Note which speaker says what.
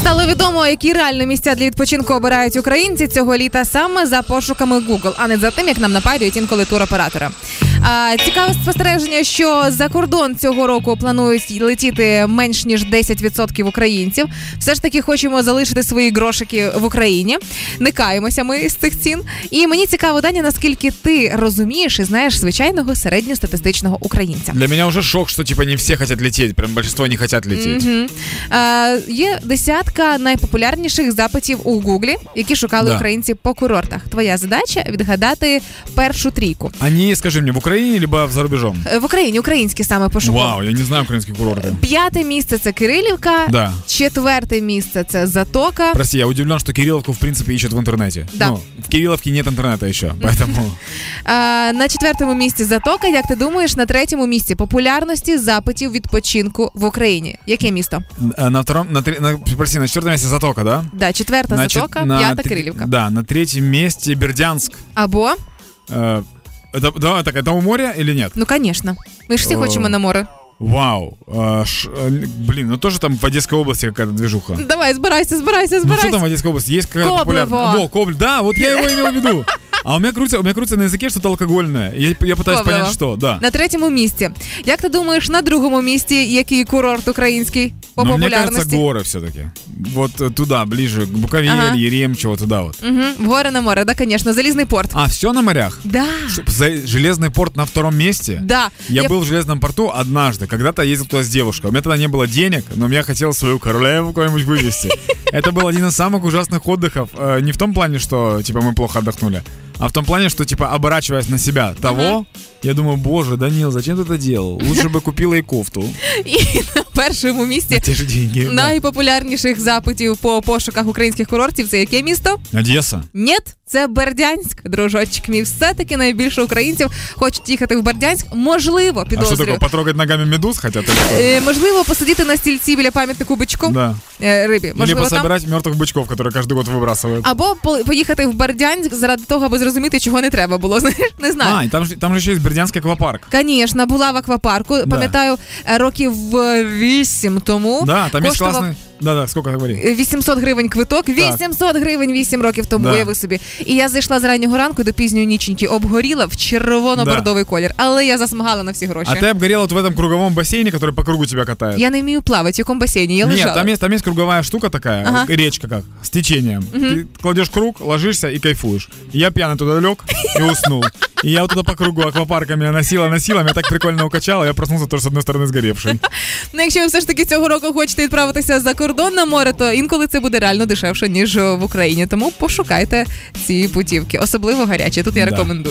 Speaker 1: Стало відомо, які реально місця для відпочинку обирають українці цього літа саме за пошуками Google, а не за тим, як нам напарюють інколи туроператора. А, цікаве спостереження, що за кордон цього року планують летіти менш ніж 10% українців. Все ж таки хочемо залишити свої грошики в Україні. Не каємося ми з цих цін. І мені цікаво, Даня, наскільки ти розумієш і знаєш звичайного середньостатистичного українця.
Speaker 2: Для меня уже шок, что типа не все хотят лететь, прям большинство не хотят лететь.
Speaker 1: Мгм. Е, є десятка найпопулярніших запитів у Гуглі, які шукали
Speaker 2: Да.
Speaker 1: українці по курортах. Твоя задача відгадати першу трійку.
Speaker 2: Они, скажи мне, в Украине либо за рубежом?
Speaker 1: Е, В Україні українські саме пошукали.
Speaker 2: Вау, я не знаю украинские курорты.
Speaker 1: П'яте місце це Кирилівка,
Speaker 2: Да.
Speaker 1: четверте місце це Затока.
Speaker 2: Прости, я удивлен, что Кирилловку в принципе ищут в интернете.
Speaker 1: Да.
Speaker 2: Ну, в Кирилловке нет интернета еще, поэтому...
Speaker 1: Е, на четвертому місці Затока. Як ти думаєш, на третьому місці популярності запитів відпочинку в Україні. Яке місто?
Speaker 2: А На втором, на, три- на, прости, на четвертом месте Затока, да?
Speaker 1: Да, четверта
Speaker 2: На чет-
Speaker 1: Затока,
Speaker 2: на
Speaker 1: п'ята
Speaker 2: тр-
Speaker 1: Кирилівка.
Speaker 2: Да, на третьем месте Бердянск.
Speaker 1: Або
Speaker 2: Э, Это, да, так, это у моря или нет?
Speaker 1: ну, звісно, ми ж всі
Speaker 2: О.
Speaker 1: хочемо на море.
Speaker 2: Вау. Э, ш- э, блин, ну тоже там в Одесской области какая-то движуха.
Speaker 1: Давай, збирайся, збирайся,
Speaker 2: Ну что
Speaker 1: збирайся.
Speaker 2: там в Одесской области? Есть какая-то
Speaker 1: Коблево.
Speaker 2: популярная... Во, Кобль, да, вот я его имел в виду. А у меня крутится, у меня крутится на языке что-то алкогольное. Я, я пытаюсь
Speaker 1: Коблево.
Speaker 2: понять, что, да.
Speaker 1: На третьому місці. Як ти думаєш, на другому місці який курорт український по
Speaker 2: Но мне кажется,
Speaker 1: популярності?
Speaker 2: горы все-таки. Вот э, туда, ближе, к Буковель,
Speaker 1: Ага.
Speaker 2: Еремчево, туда вот.
Speaker 1: Угу. Горе на море, да, звісно, залізний порт.
Speaker 2: А, все на морях?
Speaker 1: Да.
Speaker 2: Чтоб за- Железный порт на втором месте?
Speaker 1: Да.
Speaker 2: Я, был в Железном порту однажды, когда-то ездил туда с девушкой. У меня тогда не было денег, но я хотел свою королеву куда-нибудь вывести. Это был один из самых ужасных отдыхов. Э, Не в том плане, что, типа, мы плохо отдохнули, а в том плане, что, типа, оборачиваясь на себя того, я думаю, боже, Данил, зачем ты это делал? Лучше бы купила и кофту
Speaker 1: І на першому
Speaker 2: на
Speaker 1: місці
Speaker 2: те же деньги.
Speaker 1: найпопулярніших запитів по пошуках українських курортів це яке місто?
Speaker 2: Одесса. А
Speaker 1: Нєт, це Бердянськ, дружочок мій. Все-таки найбільше українців хочуть їхати в Бердянськ. Можливо,
Speaker 2: А что такое,
Speaker 1: підозрюю.
Speaker 2: потрогать ногами медуз хотят? или что?
Speaker 1: Е, Можливо, посидіти на стільці біля пам'ятнику бичку
Speaker 2: Да.
Speaker 1: е, рибі.
Speaker 2: Или
Speaker 1: Можливо, ну, там А,
Speaker 2: пособирать мертвых бычков, которые каждый год выбрасывают.
Speaker 1: Або по- поїхати в Бердянськ заради того, аби зрозуміти, чого не треба було. Знаєш, не знаю.
Speaker 2: А, и там же, там же еще есть Бердянский аквапарк.
Speaker 1: Звісно, була в аквапарку. Пам'ятаю, е, років е, вісім тому.
Speaker 2: Да, там есть
Speaker 1: коштував-
Speaker 2: классный... Да-да, сколько говори.
Speaker 1: е, 800 гривень квиток, 800 гривень 8 років тому,
Speaker 2: Да.
Speaker 1: уяви собі. І я зайшла з раннього ранку до пізньої ніченьки, обгоріла в червоно-бордовий колір, але я засмагала на всі гроші.
Speaker 2: А ты обгорел вот в этом круговом бассейне, который по кругу тебя катает.
Speaker 1: Я не вмію плавати, в якому басейні, я лежала.
Speaker 2: Нет, там есть, там есть круговая штука такая,
Speaker 1: Ага.
Speaker 2: речка как, с течением. Ты кладешь круг, ложишься и кайфуешь. Я пьяный туда лег и уснул. И я вот туда по кругу аквапарка меня носила, носила, меня так прикольно укачало, я проснулся тоже с одной стороны сгоревший.
Speaker 1: Ну, якщо ви все ж таки цього року хочете відправитися за кордон на море, то інколи це буде реально дешевше ніж е, в Україні. Тому пошукайте ці путівки, особливо гарячі. Тут я
Speaker 2: Да.
Speaker 1: рекомендую.